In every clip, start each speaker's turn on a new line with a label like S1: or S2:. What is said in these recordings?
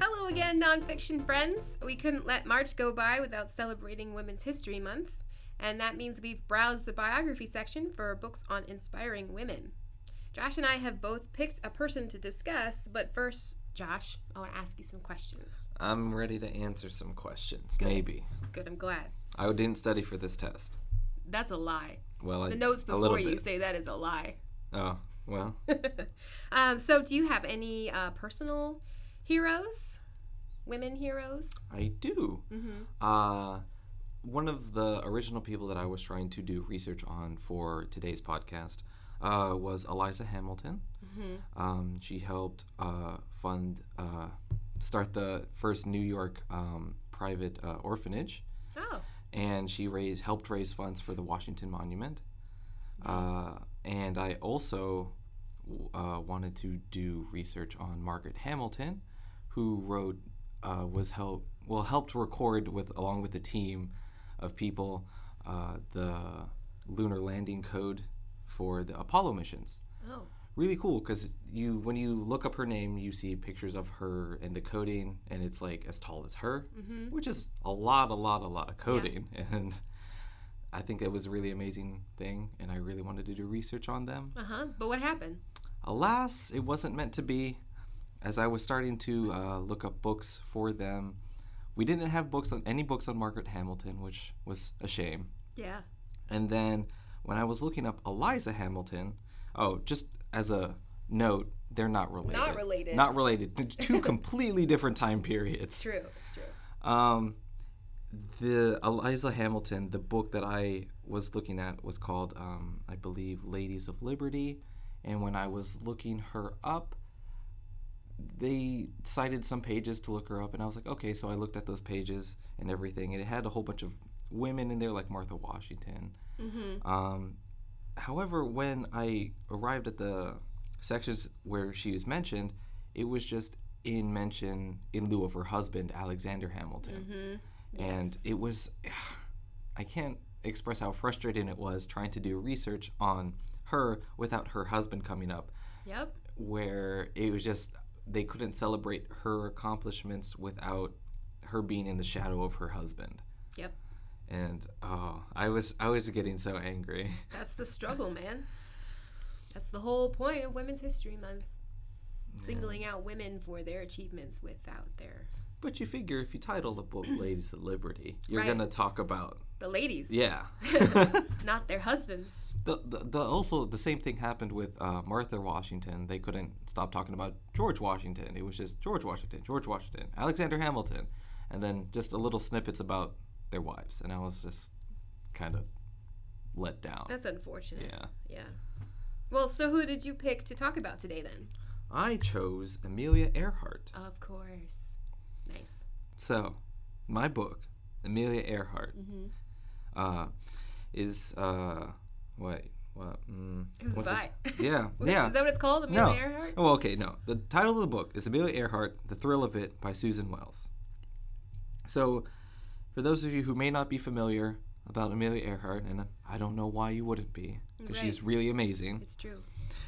S1: Hello again, nonfiction friends. We couldn't let March go by without celebrating Women's History Month, and that means we've browsed the biography section for books on inspiring women. Josh and I have both picked a person to discuss, but first, Josh, I want to ask you some questions.
S2: I'm ready to answer some questions. Maybe.
S1: Good, I'm glad.
S2: I didn't study for this test.
S1: That's a lie.
S2: Well, I,
S1: The notes
S2: a little
S1: before you
S2: bit.
S1: say that is a lie.
S2: Oh, well,
S1: um, so, do you have any uh, personal heroes? Women heroes?
S2: I do.
S1: Mm-hmm.
S2: Uh, one of the original people that I was trying to do research on for today's podcast uh, was Eliza Hamilton.
S1: Mm-hmm.
S2: Um, she helped uh, fund, uh, start the first New York um, private uh, orphanage,
S1: Oh,
S2: and she raised, helped raise funds for the Washington Monument. Uh, and I also w- uh, wanted to do research on Margaret Hamilton, who wrote, uh, was help, well, helped record with along with a team of people uh, the lunar landing code for the Apollo missions
S1: oh,
S2: really cool because you when you look up her name you see pictures of her and the coding and it's like as tall as her
S1: mm-hmm.
S2: which is a lot a lot a lot of coding and i think it was a really amazing thing and i really wanted to do research on them
S1: Uh huh. But what happened?
S2: alas it wasn't meant to be as i was starting to uh, look up books for them we didn't have books on any books on margaret hamilton which was a shame
S1: Yeah.
S2: and then when I was looking up Eliza Hamilton, oh, just as a note, they're not related.
S1: Not related.
S2: Not related. T- Two completely different time periods.
S1: True. It's true.
S2: Um, the Eliza Hamilton, the book that I was looking at was called, um, I believe, Ladies of Liberty. And when I was looking her up, they cited some pages to look her up, and I was like, okay. So I looked at those pages and everything, and it had a whole bunch of women in there, like Martha Washington.
S1: Mm-hmm.
S2: Um, however, when I arrived at the sections where she is mentioned, it was just in mention in lieu of her husband, Alexander Hamilton.
S1: Mm-hmm.
S2: And it was, I can't express how frustrating it was trying to do research on her without her husband coming up,
S1: Yep.
S2: where it was just, they couldn't celebrate her accomplishments without her being in the shadow of her husband.
S1: Yep.
S2: And oh, I was I was getting so angry.
S1: That's the struggle, man. That's the whole point of Women's History Month. Singling out women for their achievements without their
S2: But you figure if you title the book Ladies of Liberty, you're
S1: Right.
S2: gonna talk about
S1: the ladies.
S2: yeah.
S1: Not their husbands.
S2: the, the, the also the same thing happened with uh, Martha Washington. They couldn't stop talking about George Washington. It was just George Washington, George Washington, Alexander Hamilton, and then just a little snippets about their wives. And I was just kind of let down.
S1: That's unfortunate.
S2: yeah.
S1: Yeah. Well, so who did you pick to talk about today then?
S2: I chose Amelia Earhart.
S1: Of course. Nice.
S2: So, my book, Amelia Earhart,
S1: Mm-hmm.
S2: uh, is uh, wait, what? Mm,
S1: It was a
S2: what's the
S1: bye.
S2: t- yeah, yeah.
S1: Is that what it's called? Amelia
S2: No.
S1: Earhart?
S2: Oh, okay, no. The title of the book is Amelia Earhart, The Thrill of It by Susan Wells. So, for those of you who may not be familiar about Amelia Earhart, and I don't know why you wouldn't be, because
S1: Right.
S2: she's really amazing,
S1: It's true.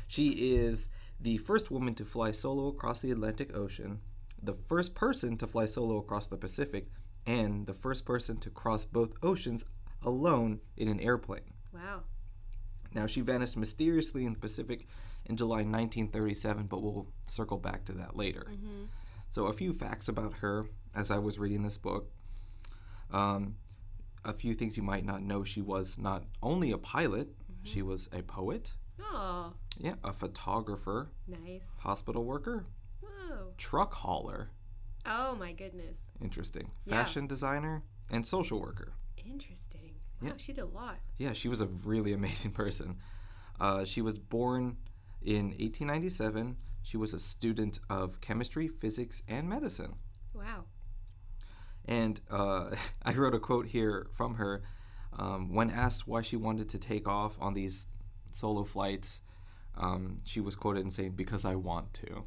S2: she is the first woman to fly solo across the Atlantic Ocean, the first person to fly solo across the Pacific, and the first person to cross both oceans alone in an airplane.
S1: Wow.
S2: Now, she vanished mysteriously in the Pacific in July 1937, but we'll circle back to that later.
S1: Mhm.
S2: So, a few facts about her as I was reading this book. Um, a few things you might not know she was not only a pilot, she was a poet,
S1: Oh,
S2: yeah, a photographer,
S1: nice.
S2: hospital worker,
S1: Whoa.
S2: truck hauler,
S1: Oh my goodness.
S2: interesting,
S1: Yeah.
S2: fashion designer, and social worker.
S1: Interesting. Wow,
S2: Yeah.
S1: she did a lot.
S2: Yeah, she was a really amazing person. Uh, she was born in 1897. She was a student of chemistry, physics, and medicine.
S1: Wow.
S2: And uh, I wrote a quote here from her. Um, when asked why she wanted to take off on these solo flights, um, she was quoted in saying, Because I want to.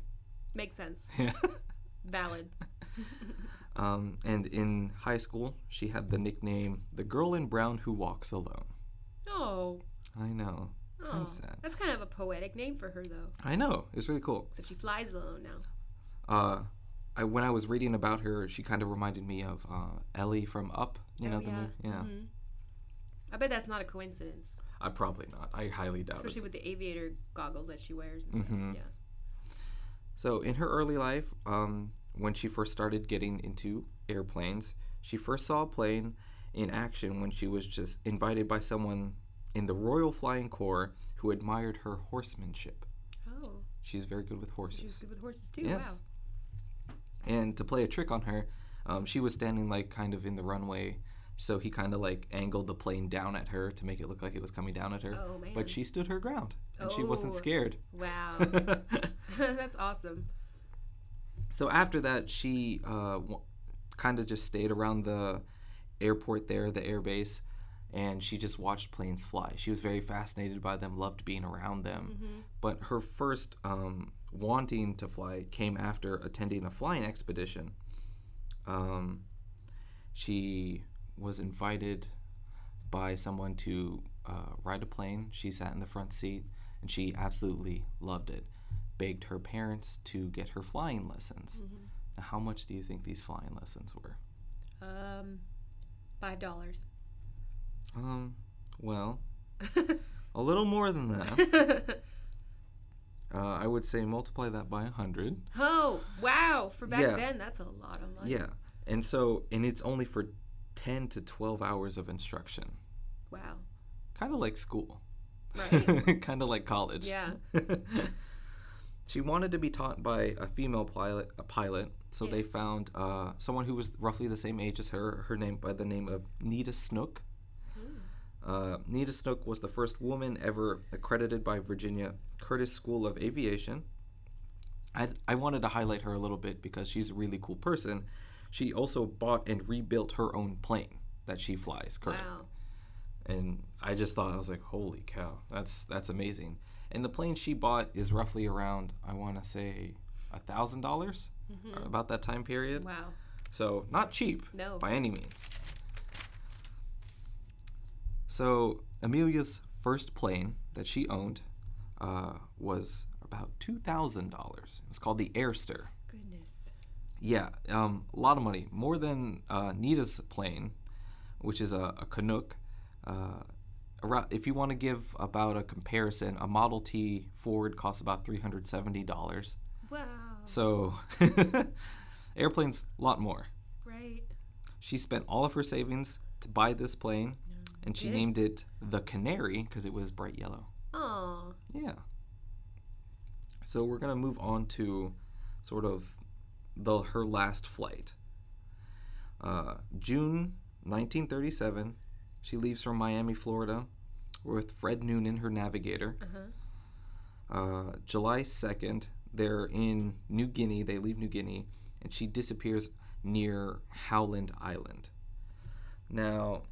S1: Makes sense. Valid.
S2: Um, and in high school, she had the nickname "the girl in brown who walks alone."
S1: Oh,
S2: I know.
S1: oh.
S2: sad.
S1: that's kind of a poetic name for her, though.
S2: I know. It's really cool.
S1: Except she flies alone now.
S2: Uh, I when I was reading about her, she kind of reminded me of uh, Ellie from Up. You
S1: Oh,
S2: know the
S1: yeah.
S2: movie. Yeah.
S1: Mhm. I bet that's not a coincidence,
S2: I probably not. I highly doubt it.
S1: especially with the aviator goggles that she wears. And stuff.
S2: Mhm.
S1: Yeah.
S2: So, in her early life, um, when she first started getting into airplanes, she first saw a plane in action when she was just invited by someone in the Royal Flying Corps who admired her horsemanship.
S1: Oh,
S2: She's very good with
S1: so she was
S2: horses.
S1: good with horses too.
S2: Yes. And to play a trick on her, um, she was standing like kind of in the runway, so he kind of like angled the plane down at her to make it look like it was coming down at her.
S1: Wow. Oh man.
S2: But she stood her ground and she wasn't
S1: Oh.
S2: scared.
S1: wow. that's awesome.
S2: So after that, she uh, w- kind of just stayed around the airport there, the airbase, and she just watched planes fly. She was very fascinated by them, loved being around them. But her first um, wanting to fly came after attending a flying expedition. Um, she was invited by someone to uh, ride a plane. She sat in the front seat and she absolutely loved it. Begged her parents to get her flying lessons.
S1: Mm-hmm.
S2: Now, how much do you think these flying lessons were?
S1: Um, five dollars.
S2: Um, well, a little more than that. Uh, I would say multiply that by a hundred.
S1: oh wow! For back
S2: Yeah.
S1: then, that's a lot of money.
S2: Yeah, and so and it's only for ten to twelve hours of instruction,
S1: Wow.
S2: kind of like school,
S1: Right.
S2: kind of like college.
S1: yeah.
S2: she wanted to be taught by a female pilot, a pilot. So
S1: Yeah.
S2: they found uh, someone who was roughly the same age as her. Her name by the name of Nita Snook. Uh, Nita Snook was the first woman ever accredited by Virginia Curtis School of Aviation. I, I wanted to highlight her a little bit because she's a really cool person. She also bought and rebuilt her own plane that she flies currently
S1: Wow.
S2: and I just thought I was like, holy cow, that's that's amazing. And the plane she bought is roughly around, I want to say, a thousand dollars about that time period.
S1: Wow.
S2: So not cheap
S1: No.
S2: by any means. So Amelia's first plane that she owned uh, was about two thousand dollars. It was called the Airster.
S1: Goodness.
S2: Yeah, um, a lot of money, more than uh, Nita's plane, which is a, a Canuck. Uh, arou- if you want to give about a comparison, a Model T Ford costs about three hundred seventy dollars.
S1: Wow.
S2: So, airplanes a lot more.
S1: Right.
S2: She spent all of her savings to buy this plane, and she
S1: Did it?
S2: named it the Canary because it was bright yellow.
S1: Oh.
S2: Yeah. So we're gonna move on to sort of the her last flight. Uh, June 1937, she leaves from Miami, Florida, with Fred Noonan, her navigator.
S1: Uh huh.
S2: Uh, July 2nd, they're in New Guinea. They leave New Guinea, and she disappears near Howland Island. Now,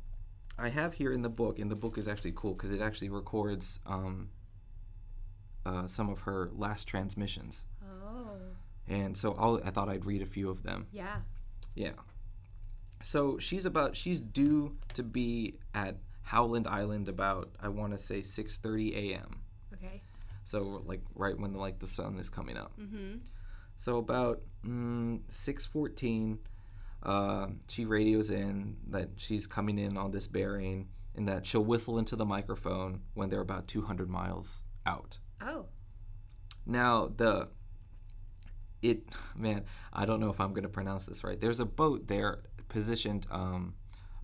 S2: I have here in the book, and the book is actually cool because it actually records um, uh, some of her last transmissions.
S1: Oh.
S2: And so I'll, I thought I'd read a few of them.
S1: Yeah.
S2: Yeah. So she's about she's due to be at Howland Island about I want to say 6:30 a.m.
S1: Okay.
S2: So like right when like the sun is coming up.
S1: Mm-hmm.
S2: So about mm, six fourteen, uh, she radios in that she's coming in on this bearing, and that she'll whistle into the microphone when they're about two hundred miles out.
S1: Oh.
S2: Now the it man, I don't know if I'm gonna pronounce this right. There's a boat there positioned um,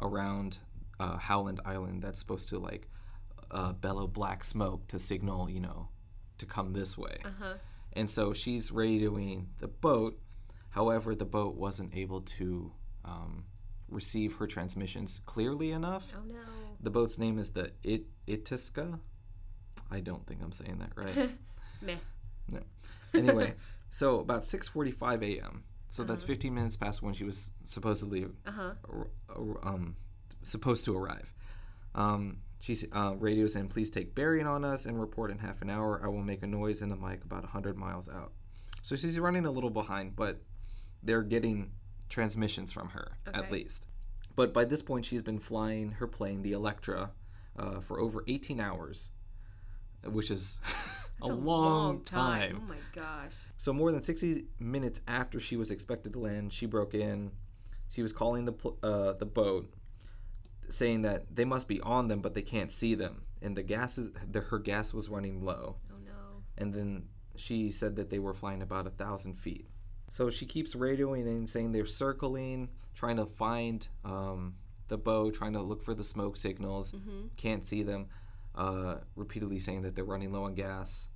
S2: around uh, Howland Island that's supposed to like uh, bellow black smoke to signal you know to come this way.
S1: Uh huh.
S2: And so she's radioing the boat. However, the boat wasn't able to um, receive her transmissions clearly enough.
S1: Oh no.
S2: The boat's name is the It Itiska. I don't think I'm saying that right.
S1: Meh.
S2: No. Anyway, so about 6:45 a.m. So that's 15 minutes past when she was supposedly
S1: Uh huh.
S2: ar- ar- um, supposed to arrive. Um, she uh, radios in, please take bearing on us and report in half an hour. I will make a noise in the mic about 100 miles out. So she's running a little behind, but they're getting transmissions from her, at
S1: Okay.
S2: least. But by this point, she's been flying her plane, the Electra, uh, for over 18 hours, which is a,
S1: That's
S2: long, time.
S1: Oh my gosh.
S2: So more than 60 minutes after she was expected to land, she broke in. She was calling the pl- uh, the boat, saying that they must be on them, but they can't see them, and the gas is, the, her gas was running low.
S1: Oh no.
S2: And then she said that they were flying about a thousand feet. So she keeps radioing and saying they're circling, trying to find um, the boat, trying to look for the smoke signals.
S1: Mm-hmm.
S2: Can't see them. Uh, repeatedly saying that they're running low on gas.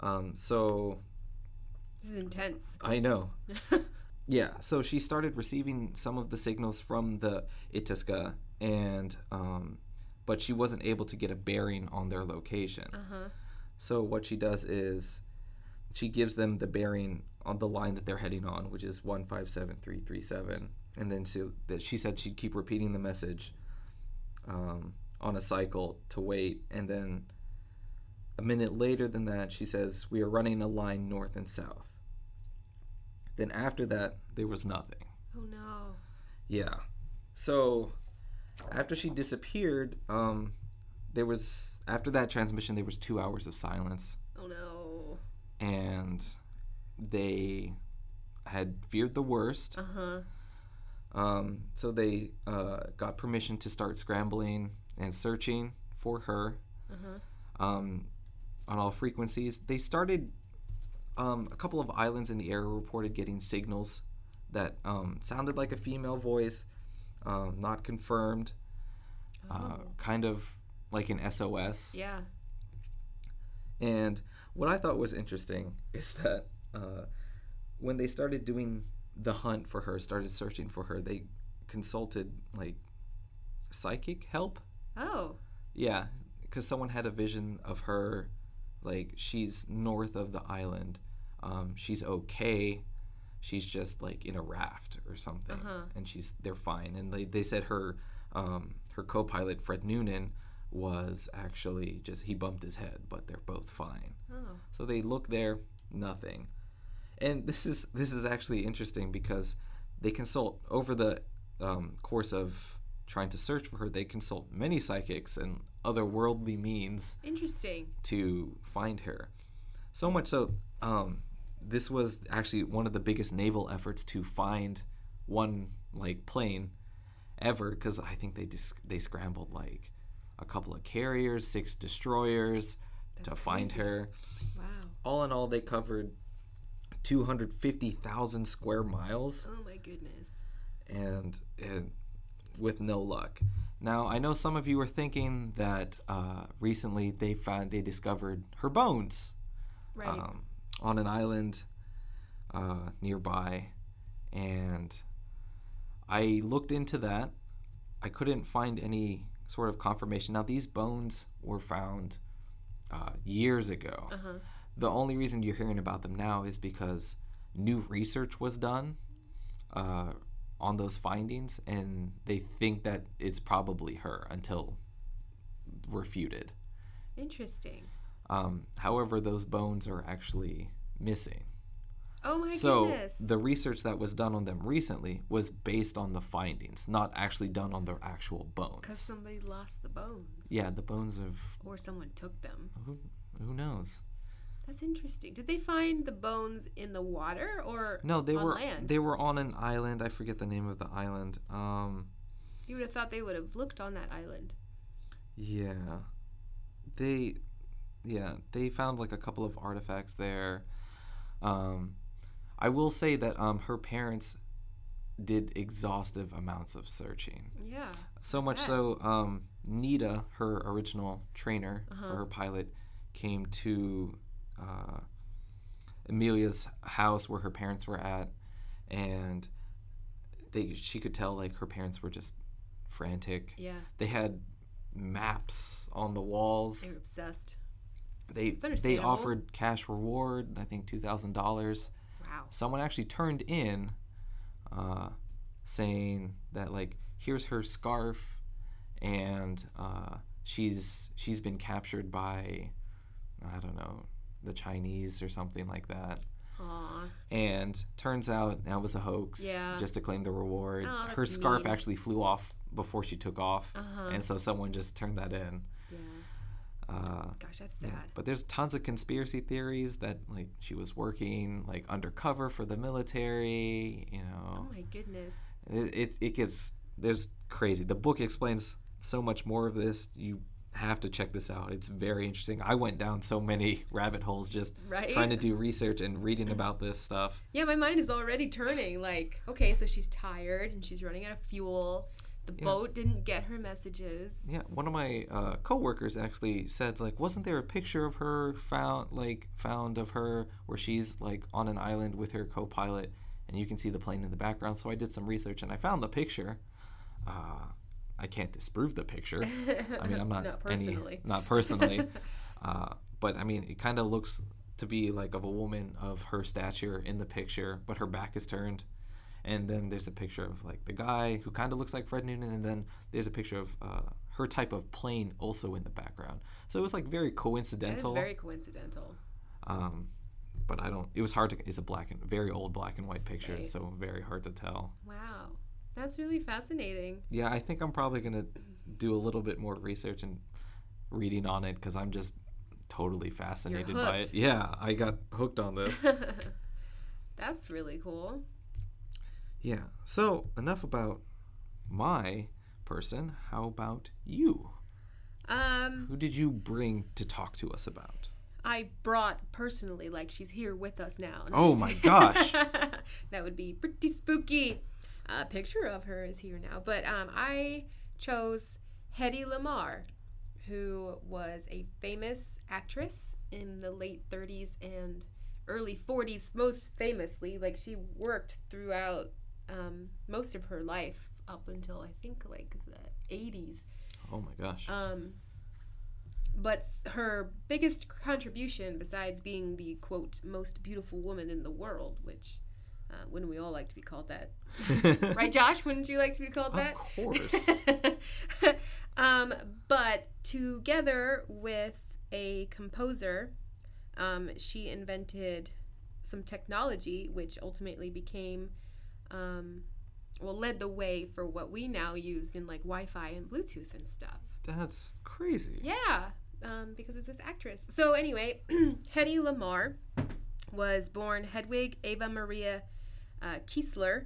S2: Um, so
S1: This is intense. Uh-huh.
S2: I know. Yeah, so she started receiving some of the signals from the Itisca, and um, but she wasn't able to get a bearing on their location.
S1: Uh-huh.
S2: So what she does is she gives them the bearing on the line that they're heading on, which is one five seven three three seven, and then she that she said she'd keep repeating the message um, on a cycle to wait, and then a minute later than that, she says we are running a line north and south. Then after that, there was nothing.
S1: Oh no.
S2: Yeah. So after she disappeared, um, there was after that transmission there was two hours of silence,
S1: Oh no.
S2: and they had feared the worst.
S1: Uh-huh.
S2: Um, so they uh, got permission to start scrambling and searching for her
S1: Uh-huh.
S2: um, on all frequencies. They started um, a couple of islands in the area reported getting signals that um, sounded like a female voice, um, not confirmed, uh, kind of like an SOS.
S1: Oh. Yeah.
S2: And what I thought was interesting is that uh, when they started doing the hunt for her, started searching for her, they consulted like psychic help.
S1: Oh.
S2: Yeah, because someone had a vision of her, like she's north of the island. Um, she's okay. She's just like in a raft or something,
S1: Uh-huh.
S2: and she's they're fine. And they, they said her um, her co-pilot Fred Noonan was actually just he bumped his head, but they're both fine.
S1: Oh.
S2: So they look there, nothing. And this is this is actually interesting because they consult over the um, course of trying to search for her. They consult many psychics and other worldly means
S1: Interesting.
S2: to find her. So much so, um, this was actually one of the biggest naval efforts to find one like plane ever because I think they dis- they scrambled like a couple of carriers, six destroyers to find her
S1: Wow.
S2: all in all, they covered 250,000 square miles
S1: Oh my goodness.
S2: and, and with no luck. Now, I know some of you are thinking that uh, recently they found they discovered her bones
S1: Right.
S2: um, on an island uh, nearby, and I looked into that. I couldn't find any sort of confirmation. Now, these bones were found uh, years ago.
S1: Uh-huh.
S2: The only reason you're hearing about them now is because new research was done uh, on those findings, and they think that it's probably her until refuted.
S1: Interesting.
S2: Um, however, those bones are actually missing.
S1: Oh my
S2: so
S1: goodness.
S2: the research that was done on them recently was based on the findings, not actually done on their actual
S1: Cuz
S2: bones.
S1: somebody lost the bones
S2: Yeah, the bones of
S1: or someone took them.
S2: who, who knows.
S1: That's interesting. Did they find the bones in the water or
S2: No, they
S1: on
S2: were
S1: land?
S2: they were on an island. I forget the name of the island. Um,
S1: you would have thought they would have looked on that island.
S2: Yeah. They yeah, they found like a couple of artifacts there. Um I will say that um her parents did exhaustive amounts of searching.
S1: Yeah.
S2: So much
S1: bet.
S2: so um Nita, her original trainer
S1: Uh-huh.
S2: for her pilot came to uh Amelia's house where her parents were at and they she could tell like her parents were just frantic
S1: Yeah.
S2: they had maps on the
S1: They
S2: walls.
S1: were obsessed.
S2: They they
S1: understandable.
S2: offered cash reward, I think two thousand dollars.
S1: Wow.
S2: Someone actually turned in, uh, saying that like here's her scarf, and uh, she's she's been captured by, I don't know, the Chinese or something like that.
S1: Aw.
S2: And turns out that was a hoax
S1: Yeah.
S2: just to claim the reward.
S1: Oh,
S2: Her
S1: that's
S2: scarf
S1: mean.
S2: actually flew off before she took off,
S1: Uh-huh.
S2: and so someone just turned that in.
S1: Yeah.
S2: Uh,
S1: Gosh, that's sad.
S2: but there's tons of conspiracy theories that like she was working like undercover for the military. You
S1: Oh
S2: know,
S1: my goodness.
S2: it it, it gets there's crazy. The book explains so much more of this. You have to check this out. It's very interesting. I went down so many rabbit holes just
S1: Right?
S2: trying to do research and reading about this stuff.
S1: Yeah, my mind is already turning. Like, okay, so she's tired and she's running out of fuel. The
S2: Yeah.
S1: boat didn't get her messages.
S2: Yeah, one of my uh, coworkers actually said like, wasn't there a picture of her found like found of her where she's like on an island with her co-pilot, and you can see the plane in the background. So I did some research and I found the picture. Uh, I can't disprove the picture. I mean, I'm not,
S1: Not
S2: any
S1: personally.
S2: not personally, uh, but I mean, it kind of looks to be like of a woman of her stature in the picture, but her back is turned. And then there's a picture of like the guy who kind of looks like Fred Noonan, and then there's a picture of uh, her type of plane also in the background. So it was like very
S1: That is
S2: coincidental.
S1: very coincidental.
S2: um, but I don't. It was hard to. It's a black and very old black and white picture,
S1: Right.
S2: so very hard to tell.
S1: Wow. That's really fascinating.
S2: Yeah, I think I'm probably gonna do a little bit more research and reading on it because I'm just totally fascinated by
S1: hooked.
S2: it. Yeah, I got hooked on this.
S1: That's really cool.
S2: yeah. So enough about my person. How about you?
S1: Um,
S2: Who did you bring to talk to us about?
S1: I brought personally, like she's here with us now.
S2: Oh my gosh.
S1: that would be pretty spooky. A picture of her is here now, but um, I chose Hedy Lamarr, who was a famous actress in the late 30s and early 40s, most famously. Like she worked throughout um, most of her life up until I think like the 80s.
S2: Oh my gosh.
S1: Um, but s- her biggest contribution, besides being the quote most beautiful woman in the world, which uh, wouldn't we all like to be called that, right, Josh? Wouldn't you like to be called
S2: Of
S1: that?
S2: course.
S1: um, but together with a composer, um, she invented some technology which ultimately became, um, well, led the way for what we now use in like Wi Fi and Bluetooth and stuff.
S2: That's crazy.
S1: Yeah, um, because of this actress. So anyway, Hedy Lamarr was born Hedwig Ava Maria uh, Kiesler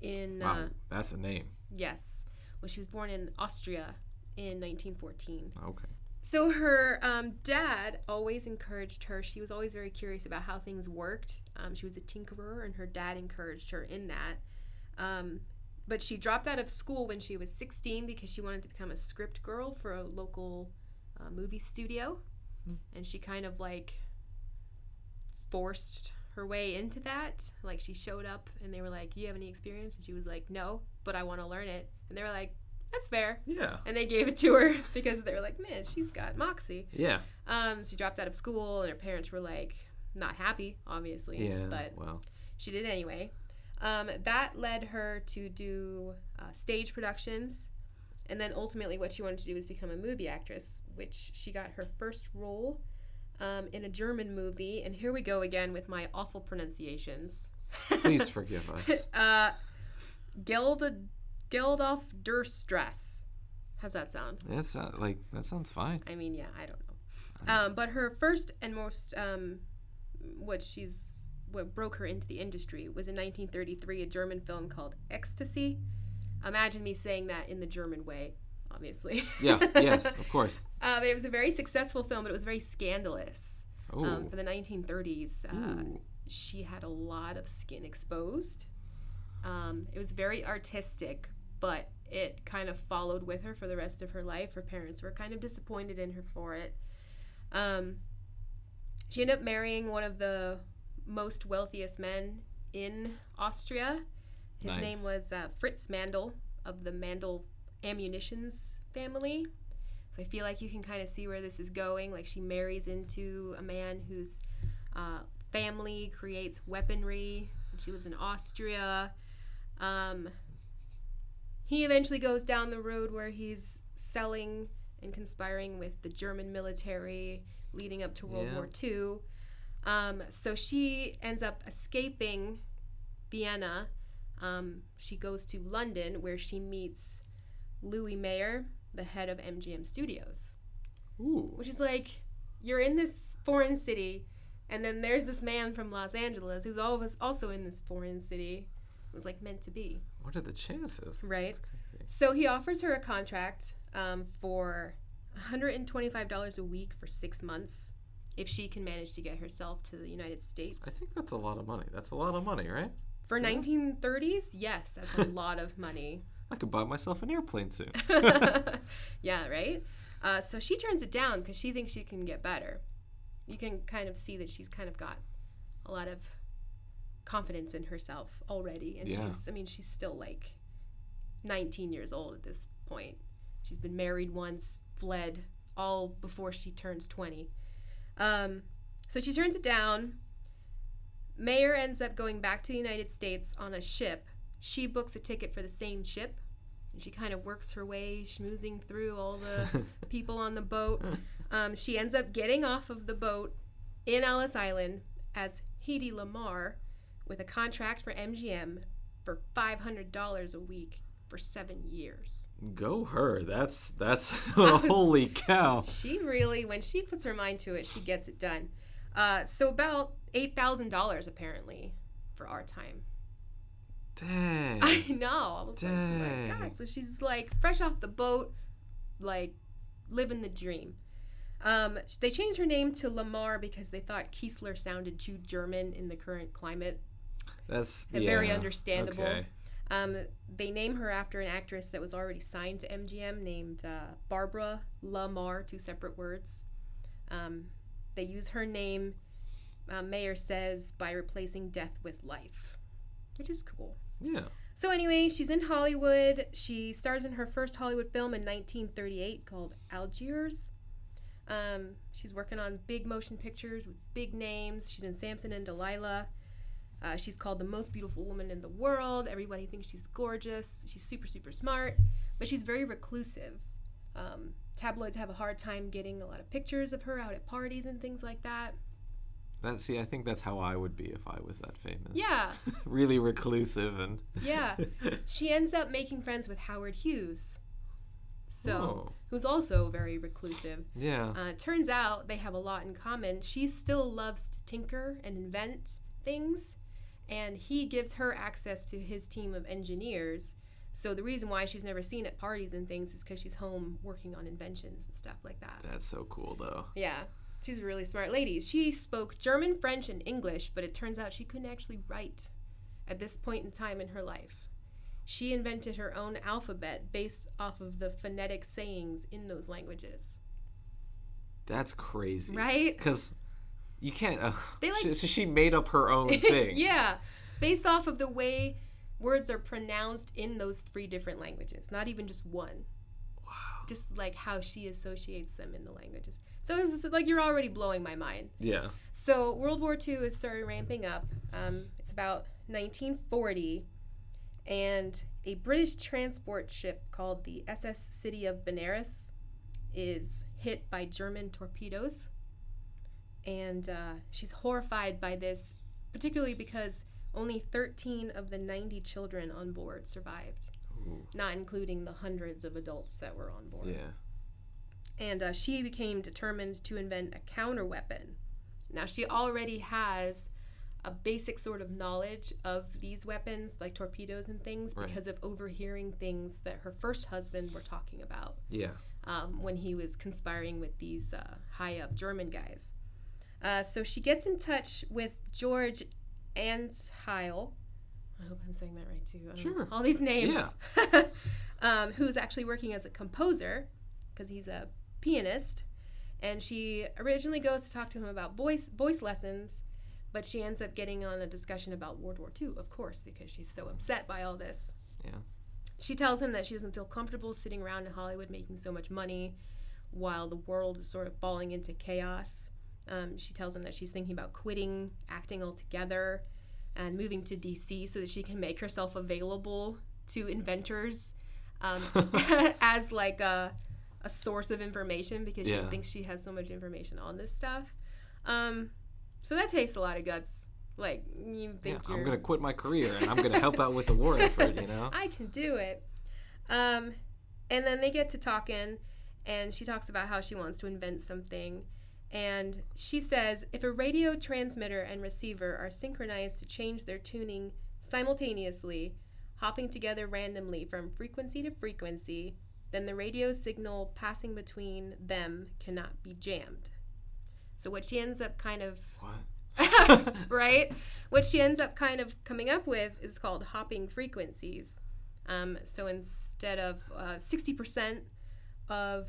S1: in
S2: Wow,
S1: uh,
S2: that's a name.
S1: yes, well she was born in Austria in 1914.
S2: Okay.
S1: So her um, dad always encouraged her. She was always very curious about how things worked. Um, she was a tinkerer, and her dad encouraged her in that. Um, but she dropped out of school when she was 16 because she wanted to become a script girl for a local uh, movie studio. And she kind of like forced her way into that. Like she showed up and they were like, You have any experience? And she was like, No, but I want to learn it. And they were like, That's fair
S2: Yeah.
S1: and they gave it to her because they were like, man, she's got moxie.
S2: Yeah.
S1: Um, she dropped out of school, and her parents were like, not happy, obviously.
S2: Yeah.
S1: But
S2: well.
S1: she did anyway. Um, that led her to do uh, stage productions, and then ultimately, what she wanted to do was become a movie actress, which she got her first role um, in a German movie. And here we go again with my awful pronunciations.
S2: Please forgive us.
S1: uh, Gelda, Geldof der Strasse. How's that sound?
S2: That's not, like that sounds fine.
S1: I mean, yeah, I don't know. Um, but her first and most um, what she's what broke her into the industry was in 1933 a German film called Ecstasy. Imagine me saying that in the German way, obviously.
S2: Yeah. yes. Of course.
S1: uh, but it was a very successful film, but it was very scandalous
S2: Oh.
S1: um, for the 1930s. Uh,
S2: Ooh.
S1: she had a lot of skin exposed. Um, it was very artistic, but it kind of followed with her for the rest of her life. Her parents were kind of disappointed in her for it. Um, she ended up marrying one of the most wealthiest men in Austria. His
S2: Nice.
S1: name was uh, Fritz Mandel of the Mandel Ammunitions family. So I feel like you can kind of see where this is going. Like she marries into a man whose uh, family creates weaponry. And she lives in Austria. Um, he eventually goes down the road where he's selling and conspiring with the German military, leading up to World
S2: Yeah.
S1: War II. Um, so she ends up escaping Vienna. Um, she goes to London where she meets Louis Mayer, the head of MGM Studios,
S2: Ooh.
S1: which is like you're in this foreign city, and then there's this man from Los Angeles who's always also in this foreign city. It was like meant to be,
S2: What are the chances?
S1: right?
S2: Crazy.
S1: So he offers her a contract um, for $125 a week for six months if she can manage to get herself to the United
S2: I
S1: States.
S2: think that's a lot of money. That's a lot of money, right?
S1: For 1930s, yes, that's a lot of money.
S2: I could buy myself an airplane soon.
S1: yeah, right? Uh, so she turns it down because she thinks she can get better. You can kind of see that she's kind of got a lot of confidence in herself already. And
S2: Yeah.
S1: she's, I mean, she's still like 19 years old at this point. She's been married once, fled, all before she turns 20. Um, so she turns it down. Mayer ends up going back to the United States on a ship. She books a ticket for the same ship. And she kind of works her way, schmoozing through all the people on the boat. Um, she ends up getting off of the boat in Ellis Island as Hedy Lamar with a contract for MGM for $500 a week for seven years.
S2: Go her. That's that's holy cow.
S1: She really, when she puts her mind to it, she gets it done. Uh, so about $8,000 apparently for our time.
S2: Dang.
S1: I know. I was like, oh my
S2: Dang.
S1: God. So she's like fresh off the boat, like living the dream. Um, sh- they changed her name to Lamar because they thought Kiesler sounded too German in the current climate.
S2: That's
S1: and very
S2: yeah,
S1: understandable.
S2: Okay.
S1: Um, they name her after an actress that was already signed to MGM named uh, Barbara Lamar, two separate words. Um, they use her name, uh, Mayer says, by replacing death with life, which is cool.
S2: Yeah.
S1: So anyway, she's in Hollywood. She stars in her first Hollywood film in 1938 called Algiers. Um, she's working on big motion pictures with big names. She's in Samson and Delilah. Uh, she's called the most beautiful woman in the world. Everybody thinks she's gorgeous. She's super, super smart, but she's very reclusive. Um, tabloids have a hard time getting a lot of pictures of her out at parties and things like that.
S2: That see, I think that's how I would be if I was that famous.
S1: Yeah,
S2: really reclusive and
S1: yeah. she ends up making friends with Howard Hughes. So.
S2: Oh,
S1: who's also very reclusive.
S2: yeah.
S1: Uh, turns out they have a lot in common. She still loves to tinker and invent things, and he gives her access to his team of engineers. So the reason why she's never seen at parties and things is because she's home working on inventions and stuff like that.
S2: That's so cool though.
S1: Yeah, she's a really smart lady. She spoke German, French, and English, but it turns out she couldn't actually write at this point in time in her life. She invented her own alphabet based off of the phonetic sayings in those languages.
S2: That's crazy.
S1: Right?
S2: Cuz you can't uh,
S1: They, like-
S2: so, so she made up her own thing.
S1: yeah, based off of the way words are pronounced in those three different languages, not even just one.
S2: Wow.
S1: Just like how she associates them in the languages. So it's just like you're already blowing my mind.
S2: Yeah.
S1: So World War II is started ramping up. Um, it's about 1940, and a British transport ship called the SS City of Benares is hit by German torpedoes, and uh, she's horrified by this, particularly because only 13 of the 90 children on board survived,
S2: Ooh,
S1: not including the hundreds of adults that were on board
S2: yeah.
S1: and uh, she became determined to invent a counter weapon. Now she already has a basic sort of knowledge of these weapons, like torpedoes and things,
S2: Right.
S1: because of overhearing things that her first husband were talking about
S2: Yeah.
S1: um, when he was conspiring with these uh, high up German guys. Uh, so she gets in touch with George Ansheil. I hope I'm saying that right too. I don't know.
S2: Sure.
S1: All these names. um, who's actually working as a composer because he's a pianist. And she originally goes to talk to him about voice voice lessons, but she ends up getting on a discussion about World War II, of course, because she's so upset by all this.
S2: Yeah.
S1: She tells him that she doesn't feel comfortable sitting around in Hollywood making so much money while the world is sort of falling into chaos. Um, she tells him that she's thinking about quitting acting altogether and moving to DC so that she can make herself available to inventors um, as like a, a source of information because
S2: Yeah.
S1: she thinks she has so much information on this stuff. Um, So that takes a lot of guts. Like you
S2: Yeah,
S1: think you're
S2: I'm gonna quit my career and I'm gonna help out with the war effort. You know.
S1: I can do it. Um, and then they get to talking, and she talks about how she wants to invent something. And she says if a radio transmitter and receiver are synchronized to change their tuning simultaneously, hopping together randomly from frequency to frequency, then the radio signal passing between them cannot be jammed. So, what she ends up kind of
S2: What?
S1: right? What she ends up kind of coming up with is called hopping frequencies. Um, so instead of uh, 60% of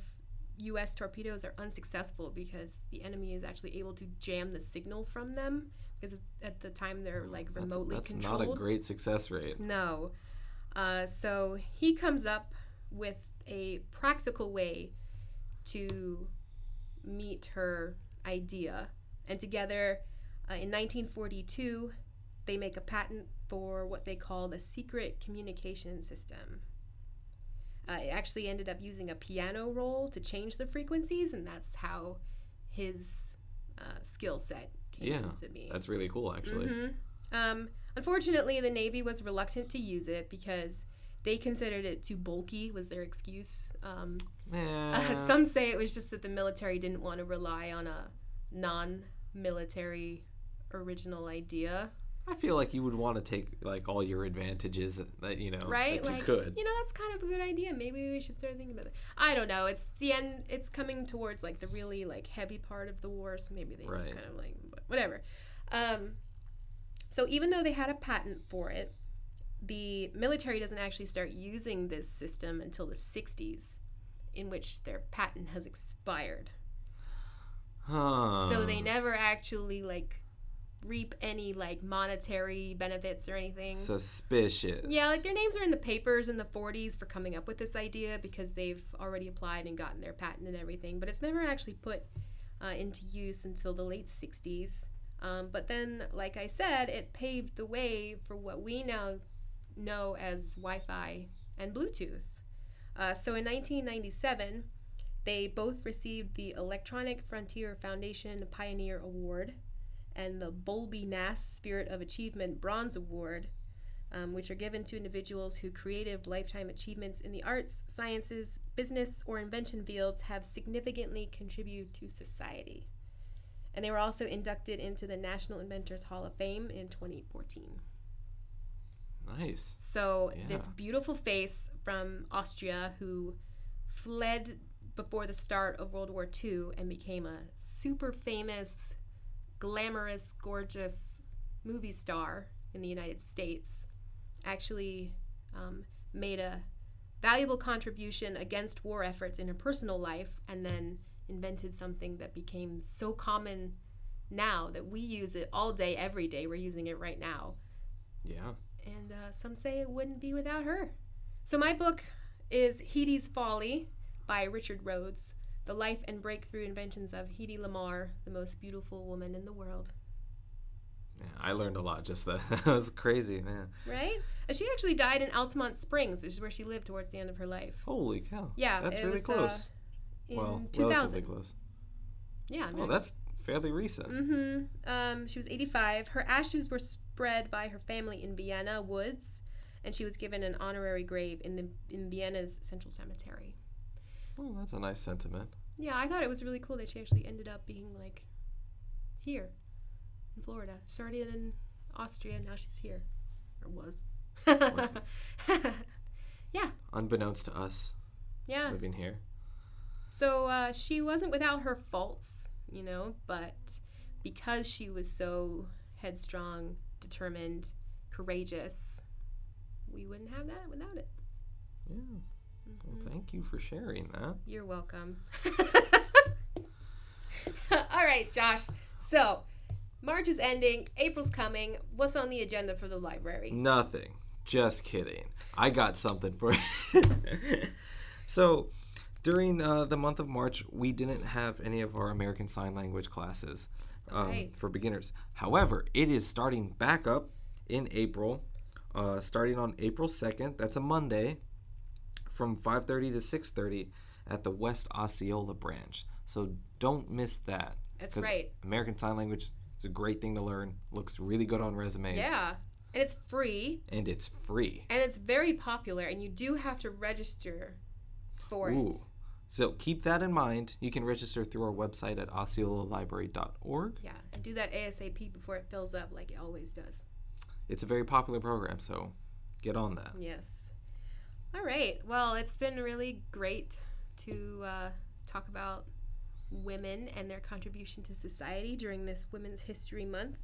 S1: US torpedoes are unsuccessful because the enemy is actually able to jam the signal from them because at- at the time they're like
S2: That's-
S1: remotely
S2: that's,
S1: controlled.
S2: not a great success rate.
S1: No. Uh, so he comes up with a practical way to meet her idea. And together, uh, in 1942, they make a patent for what they call the secret communication system. Uh, it actually ended up using a piano roll to change the frequencies, and that's how his uh, skill set came
S2: Yeah,
S1: to be.
S2: That's really cool, actually.
S1: Mhm. Um, unfortunately, the Navy was reluctant to use it because they considered it too bulky. Was their excuse? Um,
S2: Yeah.
S1: some say it was just that the military didn't want to rely on a non-military original idea,
S2: I feel like you would want to take like all your advantages that you know
S1: right?
S2: Oh, that you could.
S1: you know, that's kind of a good idea. Maybe we should start thinking about it. I don't know. It's the end. It's coming towards like the really like heavy part of the war, so maybe they just
S2: Right.
S1: kind of like wh- whatever. Um, so even though they had a patent for it, the military doesn't actually start using this system until the '60s, in which their patent has expired.
S2: Huh.
S1: so they never actually like reap any like monetary benefits or anything.
S2: suspicious.
S1: Yeah, like their names are in the papers in the 40s for coming up with this idea because they've already applied and gotten their patent and everything, but it's never actually put uh, into use until the late 60s. Um, but then, like I said, it paved the way for what we now know as Wi Fi and Bluetooth. Uh, so in 1997, they both received the Electronic Frontier Foundation Pioneer Award and the Bowlby Nass Spirit of Achievement Bronze Award um, which are given to individuals who creative lifetime achievements in the arts, sciences, business, or invention fields have significantly contributed to society. And they were also inducted into the National Inventors Hall of Fame in 2014.
S2: nice.
S1: So, this
S2: Yeah.
S1: beautiful face from Austria who fled before the start of World War II and became a super famous, glamorous, gorgeous movie star in the United States actually um, made a valuable contribution against war efforts in her personal life and then invented something that became so common now that we use it all day, every day. We're using it right now
S2: Yeah.
S1: and uh, some say it wouldn't be without her. So my book is Heedy's Folly by Richard Rhodes, the life and breakthrough inventions of Heedy Lamar, the most beautiful woman in the world.
S2: yeah. I learned a lot just that. that was crazy, man.
S1: Right? And she actually died in Altamont Springs, which is where she lived towards the end of her life.
S2: Holy cow.
S1: Yeah,
S2: That's
S1: it
S2: really
S1: was,
S2: close.
S1: Uh, in
S2: well,
S1: 2000.
S2: relatively close.
S1: Yeah. I mean,
S2: Oh, that's fairly recent.
S1: Mm-hmm. Um, she was 85. Her ashes were spread by her family in Vienna woods, and she was given an honorary grave in the in Vienna's Central Cemetery.
S2: Oh, that's a nice sentiment.
S1: Yeah, I thought it was really cool that she actually ended up being like here in Florida. Started in Austria, now she's here. Or was.
S2: Unbeknownst to us
S1: yeah.
S2: living here.
S1: So uh, she wasn't without her faults, you know, but because she was so headstrong, determined, courageous, we wouldn't have that without it.
S2: Yeah. Well, thank you for sharing that.
S1: You're welcome. All right, Josh. So, March is ending, April's coming. What's on the agenda for the
S2: Mm,
S1: library?
S2: Nothing. Just kidding. I got something for you. so, during uh, the month of March, we didn't have any of our American Sign Language classes um,
S1: Okay.
S2: for beginners. However, it is starting back up in April, uh, starting on April 2nd. That's a Monday from 5.30 to 6.30 at the West Osceola branch. So don't miss that.
S1: That's
S2: 'cause
S1: right.
S2: American Sign Language It's a great thing to learn. Looks really good on resumes.
S1: Yeah. And it's free
S2: And it's free.
S1: and it's very popular and you do have to register for it.
S2: Ooh. So keep that in mind. You can register through our website at osceolalibrary.org.
S1: Yeah. And do that ASAP before it fills up like it always does.
S2: It's a very popular program, so get on that.
S1: Yes. All right. Well, it's been really great to uh, talk about women and their contribution to society during this Women's History Month,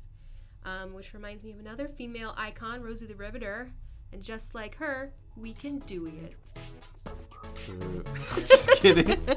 S1: um, which reminds me of another female icon, Rosie the Riveter. And just like her, we can do it.
S2: Just kidding.